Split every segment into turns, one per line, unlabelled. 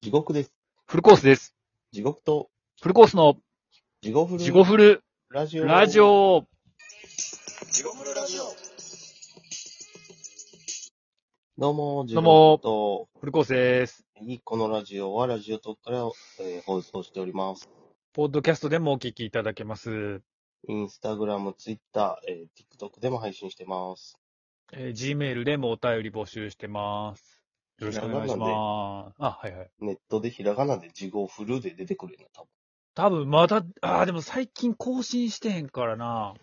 地獄です。
フルコースです。
地獄と、
フルコースの
地獄フル。
ジゴフル
ラジオ。
ラジ。オ。
どうも、地
どうも
獄と、
フルコースです。
このラジオはラジオとったら、えー放送しております。
ポッドキャストでもお聞きいただけます。
インスタグラム、ツイッター、えー、TikTok でも配信してます。
えー、Gmail でもお便り募集してます。よろしくお願いします。あ、はいはい。
ネットでひらがなで地獄フルで出てくるよな、多分。
多分また、あー、でも最近更新してへんからな。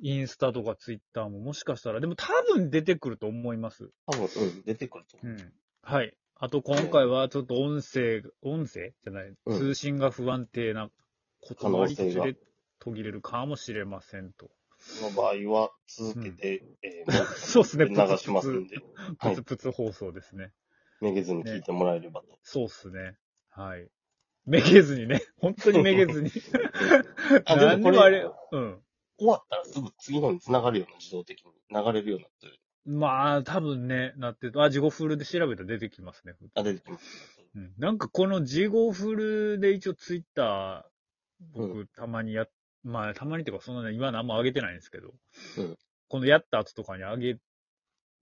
インスタとかツイッターももしかしたら、でも多分出てくると思います。
多分、うん、出てくると
う
思う。
ん。はい。あと今回はちょっと音声、音声じゃない、
うん
通信が不安定なこともあり
可能性が
途切れ途切れるかもしれませんと。
その場合は、続けて、えーも
そうですね、
う
プ
流
ツ
しますん
プ
で、
ツ、
は
プ
い
ツプツ放送ですね。
めげずに聞いてもらえれば と。
そうっすね。はい。めげずにね、 本当にめげずに。
あでもこれ
何にもあれ、うん。
終わったらすぐ次のに繋がるような、自動的に。流れるようになってる。
まあ、多分ね、なってると、あ、ジゴフルで調べたら出てきますね。
あ、出てきます。
うん、なんかこのジゴフルで一応ツイッター、
う
僕たまにや、まあたまにっていうかそんなね、今のあんま上げてないんですけど、
うん
このやった後とかに上げ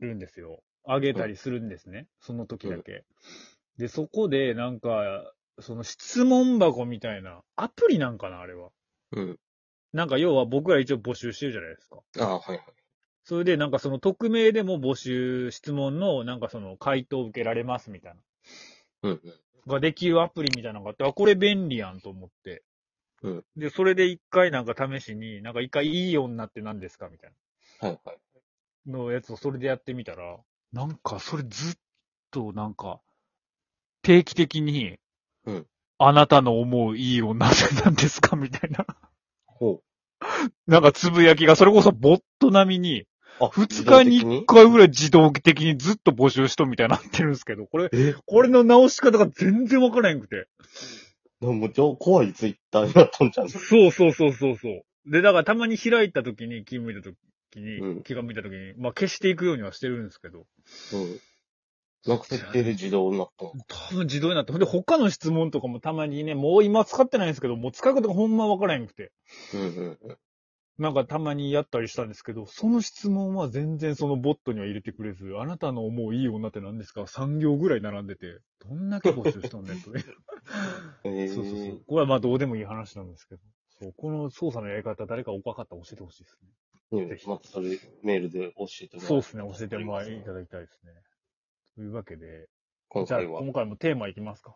るんですよ。上げたりするんですね。その時だけ。で、そこでなんか、その質問箱みたいな、アプリなんかな、あれは。
うん。
なんか要は僕ら一応募集してるじゃないですか。
あ、はいはい。
それでなんかその匿名でも募集、質問のなんかその回答を受けられますみたいな。
うん、
ができるアプリみたいなのがあって、あ、これ便利やんと思って。
うん
で、それで一回なんか試しに、なんか一回いい女って何ですかみたい
はいはい。
なのやつをそれでやってみたら、なんかそれずっとなんか、定期的に、
うん
あなたの思ういい女って何ですかみたいな。
ほ
なんかつぶやきが、それこそボット並みに、
う。あ、
二日
自
に
動
一
的
回ぐらい自動的にずっと募集しとみたいになってるんですけど、これ、
え、
これの直し方が全然わからへんくて。
なんかもう超怖いツイッターになっとんじゃん。
そうそうそうそうそう。で、だからたまに開いた時に、気を見た時に、
うん
気が見た時に、まあ消していくようにはしてるんですけど、
うん。なんか設定で自動になったの。
多分自動になって、ほんで他の質問とかもたまにね、もう今使ってないんですけど、もう使い方がほんまわからへんくて、
うんうんうん。
なんかたまにやったりしたんですけど、その質問は全然そのボットには入れてくれず、あなたの思ういい女って何ですか ?3 行ぐらい並んでて、どんだけ募集したんだよ、それ。
えー、
そうそうそう。これはまあどうでもいい話なんですけど。そう、この操作のやり方、誰かおかかったら教えてほしいですね。
ねまたそれメールで教えてもら
そうですね、教えてもらいいただきたいですね。というわけで、
今
じゃあ
回は、は
今回もテーマいきますか。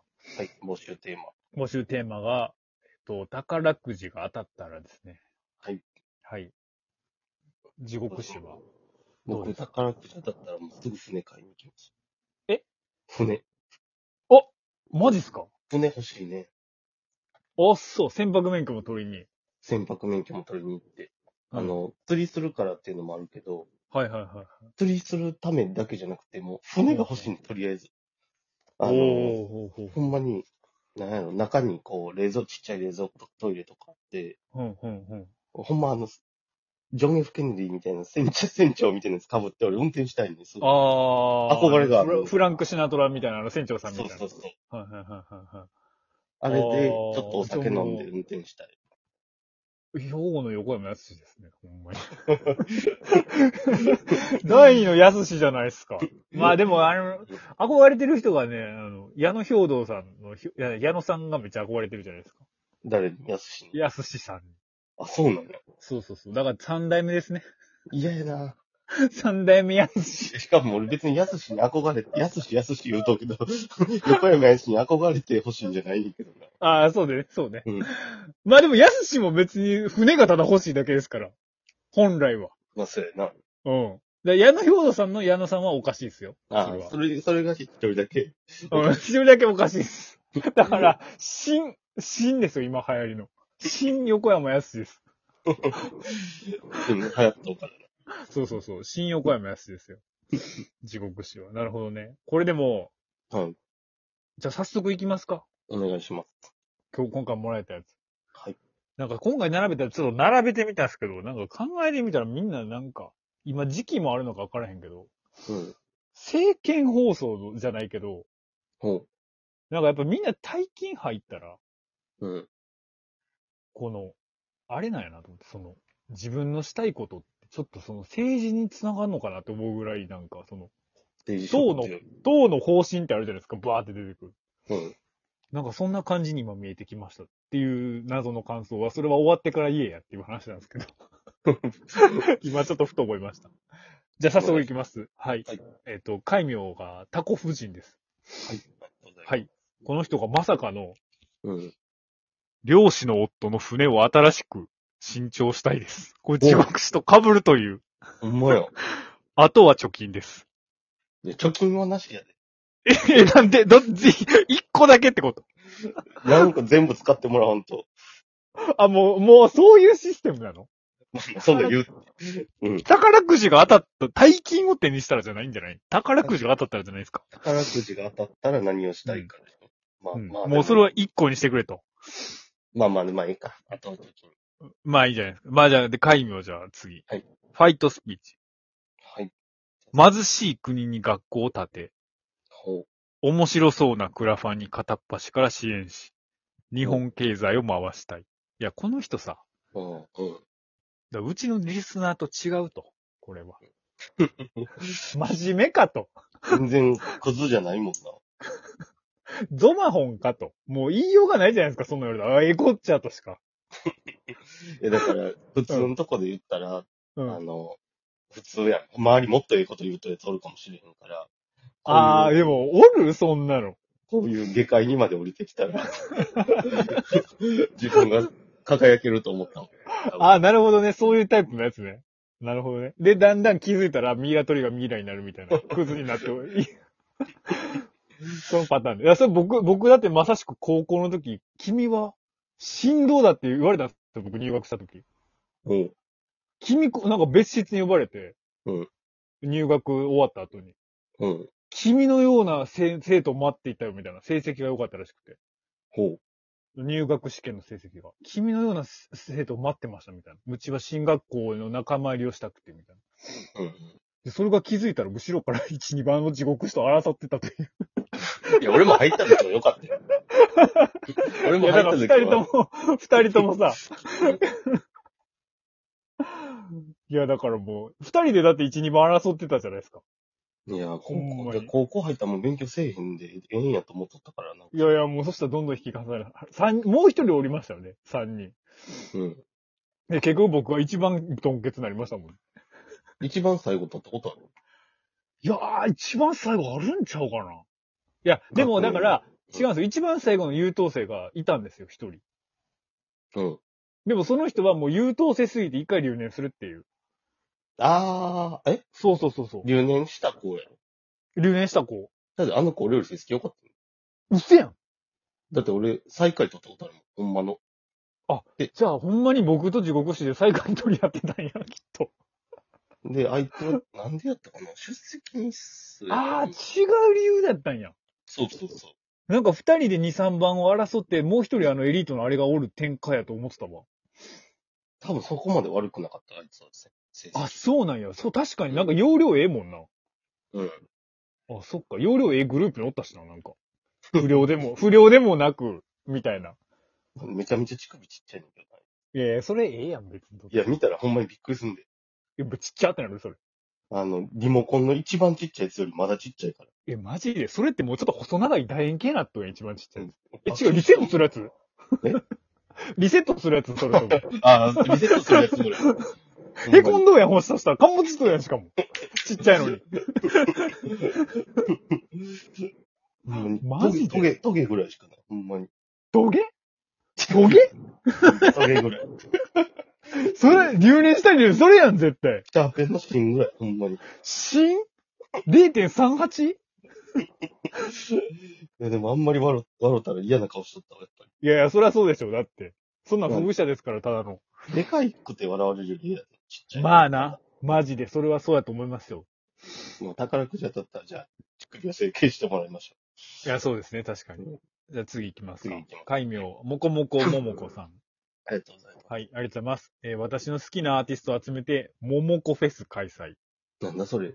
い、募集テーマ。
募集テーマが、えっと、宝くじが当たったらですね。
はい。
はい。地獄死は。どう
僕、
ですか
宝くじだったらもうすぐ船買いに行きます。
え
船。
マジっすか
船欲しいね。
あ、そう、船舶免許も取りに。
船舶免許も取りに行って。
うん
あの、釣りするからっていうのもあるけど、
はいはいはい。
釣りするためだけじゃなくて、もう船が欲しいの、とりあえず。あの、
おーほうほう
ほんまに、なんやろ、中にこう、冷蔵、ちっちゃい冷蔵庫、トイレとかあって、
うんうんうん。
ほんまあの、ジョン・ F ・ケネディみたいな船長、船長みたいなやつ被って、俺運転したいんです。
あー。
憧れがある
フラフランク・シナトラみたいな、あの船長さんみた
そ
いうな。
そうそう。
はいはいはいはいは
あれで、ち
あー
ょっとお酒飲んで運転したい。
い。兵庫の横山やすしですね、ほんまに。 第二のやすしじゃないですか。まあでも、あの、憧れてる人がね、あの、矢野兵道さんのひ、いや矢野さんがめっちゃ憧れてるじゃないですか。
誰に安しに。
やすしさんに。
あ、そうなの
そうそうそう。だから三代目ですね。
嫌やな。
三代目やすし。
しかも俺別に安しに憧れて、安し安し言うとうけど、 横山安しに憧れてほしいんじゃないけどな。
ああ、そうね、そうね。
うん
まあでも、やすしも別に船がただ欲しいだけですから。本来は。
まあ、そうやな。
うん。で矢野兵道さんの矢野さんはおかしいですよ。
あ
それは
それ、それが一人だけ。
うん、一人だけおかしいです。だから、新、新ですよ、今流行りの。新横山やすしです。
でも流行ったおか
そうそうそう、新横山やすしです よ。地獄師は。なるほどね。これでも、
ら。はい。
じゃあ早速行きますか。
お願いします。
今日、今回もらえたやつ。
はい。
なんか今回並べたら、ちょっと並べてみたんですけど、なんか考えてみたらみんななんか、今時期もあるのか分からへんけど、
うん。
政見放送じゃないけど、
ほ
なんかやっぱみんな大金入ったら、
うん。
この、あれなんやなと思って、その、自分のしたいことって、ちょっとその政治につながるのかなって思うぐらい、なんかその、
政治
党
色
の
強い。、
党の方針ってあるじゃないですか、バーって出てくる。
うん。
なんかそんな感じに今見えてきましたっていう謎の感想は、それは終わってから言えやっていう話なんです けど。今ちょっとふと思いました。じゃあ早速いきます。はい。
はい
えっ、と、戒名がタコ夫人です。
は。
はいい。この人がまさかの
うん。
漁師の夫の船を新しく新調したいです。これ地獄死と被るという。
ほんまよ。
あとは貯金です。
いや貯金はなしや で。
え、なんで、どっち、一個だけってこと
何個全部使ってもらわんと。
あ、もう、もうそういうシステムなの
そんなん言う。うん。
宝くじが当たった、大金を手にしたらじゃないんじゃない宝くじが当たったらじゃないですか。
宝くじが当たったら何をしたいかでしょ。
うん
まあまあ。
もうそれは一個にしてくれと。
まあまあ、まあいいか。あとは貯金。
まあいいじゃないですか。まあじゃあ、で、戒名じゃあ次。
はい
ファイトスピーチ。
はい。
貧しい国に学校を建て、
ほう。
面白そうなクラファンに片っ端から支援し、日本経済を回したい。いや、この人さ、
うん。うん。
だうちのリスナーと違うと。これ は。真面目かと。
全然、クズじゃないもんな。
ゾマホンかと。もう言いようがないじゃないですか、そんなような。あ、エコッチャーとしか。
え、だから、普通のとこで言ったら、
うん。
あの、普通やん。周りもっといいこと言うとやつおるかもしれへんから。
ああ、
こういう
でも、おるそんなの。
こういう下界にまで降りてきたら、自分が輝けると思ったの。
ああ、なるほどね。そういうタイプのやつね。なるほどね。で、だんだん気づいたら、ミイラ取りがミイラになるみた いな、クズになって、 そのパターンで。いや、それ僕、僕だってまさしく高校の時、君は、振動だって言われたんですよ、僕入学した時。
うん。
君こ、なんか別室に呼ばれて、
うん
入学終わった後に、
うん。
君のような生生徒を待っていたよ、みたいな。成績が良かったらしくて。
ほう。
入学試験の成績が。君のような生徒を待ってました、みたいな。うちは進学校の仲間入りをしたくて、みたいな。
うん。
で、それが気づいたら後ろから1、2番の 地獄死と争ってたと いう。
いや、俺も入った時はよかったよ。俺
い
も
や、
入
だ
っ
か
た
ら二
時
人と
は。
も、 二人ともさ。 いや、だからもう、二人でだって1、2番争ってたじゃないですか。
いや、
ほん
高校
まに
いや高校入ったらもう勉強せえへんで、ええんやと思っとったからな。
いやいや、もうそしたらどんどん引き重なる。三、もう一人おりましたよね。三人。
うん。
で、結局僕は一番ドンケツになりましたもん。
一番最後取ったことある
いやー、一番最後あるんちゃうかな。いや、でもだから、
学校
違うんですよ。一番最後の優等生がいたんですよ、一人。
うん。
でもその人はもう優等生すぎて一回留年するっていう。
あー、え
そうそうそうそう。
留年した子やろ。
留年した子。
だってあの子俺より成績良かったよ
うっせやん。
だって俺、最下位取ったことあるもん。ほんまの。
じゃあ、ほんまに僕と地獄死で最下位取り合ってたんや、きっと。
で、あいつは、なんでやったかな出席日数やった
あ
か
あ、違
な
う理由だったんや。
そうそうそう。
なんか二人で二、三番を争って、もう一人あのエリートのあれがおる展開やと思ってたわ。
多分そこまで悪くなかった、あいつはですね。成績
あ、そうなんや。そう、確かになんか容量ええもんな。
うん。
あ、そっか。容量ええグループにおったしな、なんか。不良 でも、不良でもなく、みたいな。
めちゃめちゃ乳首ちっちゃいんだけどな。
いやいや、それええやん、別に。
いや、見たらほんまにびっくりすんで。
やっぱちっちゃってなる、それ。
あの、リモコンの一番ちっちゃいやつよりまだちっちゃいから。
え、マジで、それってもうちょっと細長い楕円形なっとんや、一番ちっちゃい。え、
あ
違う、リセットするやつ
え
リセットするやつ、それとも。
ああ、リセットするやつぐらい。
へこんどんやん、ほしたしたら。陥没しとんやん、しかも。ちっちゃいのに。
ほんまに
マジで
トゲ、トゲぐらいしかない。ほんまに。
トゲトゲ
トゲぐ らい。
それ、留年したりそれやん、絶対。
シャーペンの芯ぐらい。ほんまに。い
芯 ?0.38? い
や、でもあんまり笑笑ったら嫌な顔しとったわ、やっぱ
やいや、そりゃそうでしょ、だって。そんなん不遇者ですから、ただの。
り。でかいくて笑われるより嫌やなちっちゃい。
まあな。マジで、それはそうやと思いますよ。
もう宝くじ当たったら、じゃあ、乳首は整形してもらいましょ
いや、そうですね、確か
う
に。じゃあ次行きますか
次行きます。
戒名、もこもこももこさん。
う。ありがとうございます。
はい、ありがとうございます。えー私の好きなアーティストを集めて、ももこフェス開催。
なんだそれ。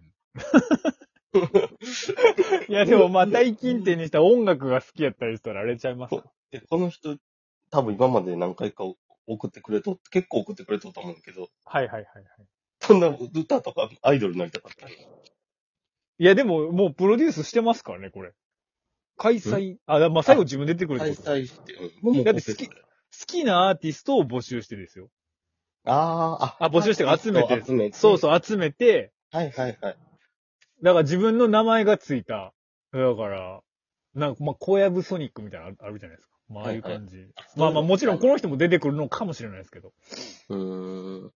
いや、でもまあ、大金点にしたら音楽が好きやったりしたらあれちゃいますか
でこの人、多分今まで何回か送ってくれとっ結構送ってくれとったと思うんだけど、
はいはいはいはい。
そんな歌とかアイドルになりたかった。
いや、でも、もうプロデュースしてますからね、これ。開催、あ、まあ、最後自分出てくるって
開
こと好
催して、うんもう
だって好ききなアーティストを募集してですよ。
あーあ、
あ募集してる集めて
集めて。
そうそう、集めて、
う。はいはいはい。
だから自分の名前がついた。だから、なんか、まあ、小籔ソニックみたいなのあるじゃないですか。まあ、ああいう感じ。まあまあ、もちろんこの人も出てくるのかもしれないですけど。
うーん
うん。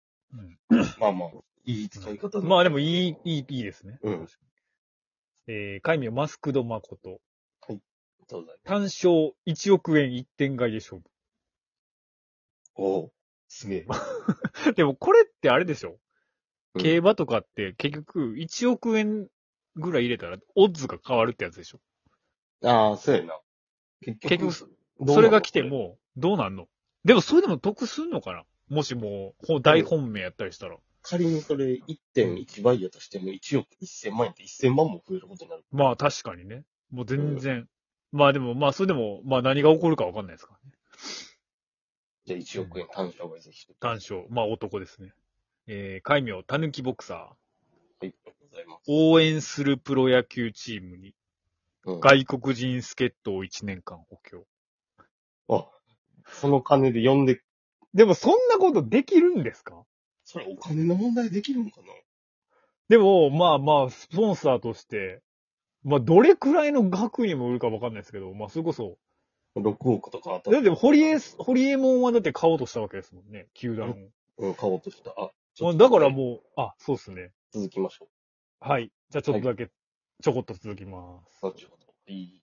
まあまあ、いい使い方だ
まあでも、いい、いい、いいですね。
うん。ありが
えー、解名マスクドマコト。
とうございます。
単勝1億円1点買いで勝
おうすげえ。
負。 でもこれってあれでしょ、
うん
競馬とかって結局1億円ぐらい入れたらオッズが変わるってやつでしょ
ああ、そうやな。結
結局、
どうなの
それが来て。もどうなんのでもそれでも得すんのかなもしもうほ大本命やったりしたら。
仮にそれ1.1倍やとしても1億1000万円って1000万も増えることになる。
まあ確かにね。もう全然。まあでもまあそれでもまあ何が起こるかわかんないですからね。
じゃあ1億円単勝がぜひ。
単勝。まあ男ですね。えー、解名、たぬきボクサ
ありがとうございます。
ー。応援するプロ野球チームに
うん
外国人助っ人を1年間補強。
あ、その金で呼んで、
でもそんなことできるんですか
それお金の問題できるのか
でも、まあまあ、スポンサーとして、まあどれくらいの額にも売るかわかんないですけど、まあそれこそ、
な ?6 億とかあた
だって堀江、堀江門はだって買おうとしたわけですもんね、球団を
うん、買おうとした。あ、ち
ま
ょ
あ
っと
だからもう、あ、そうですね。
続きましょ
はい。じゃあちょっとだけ、ちょこっと続きます。
う。後ほど。いい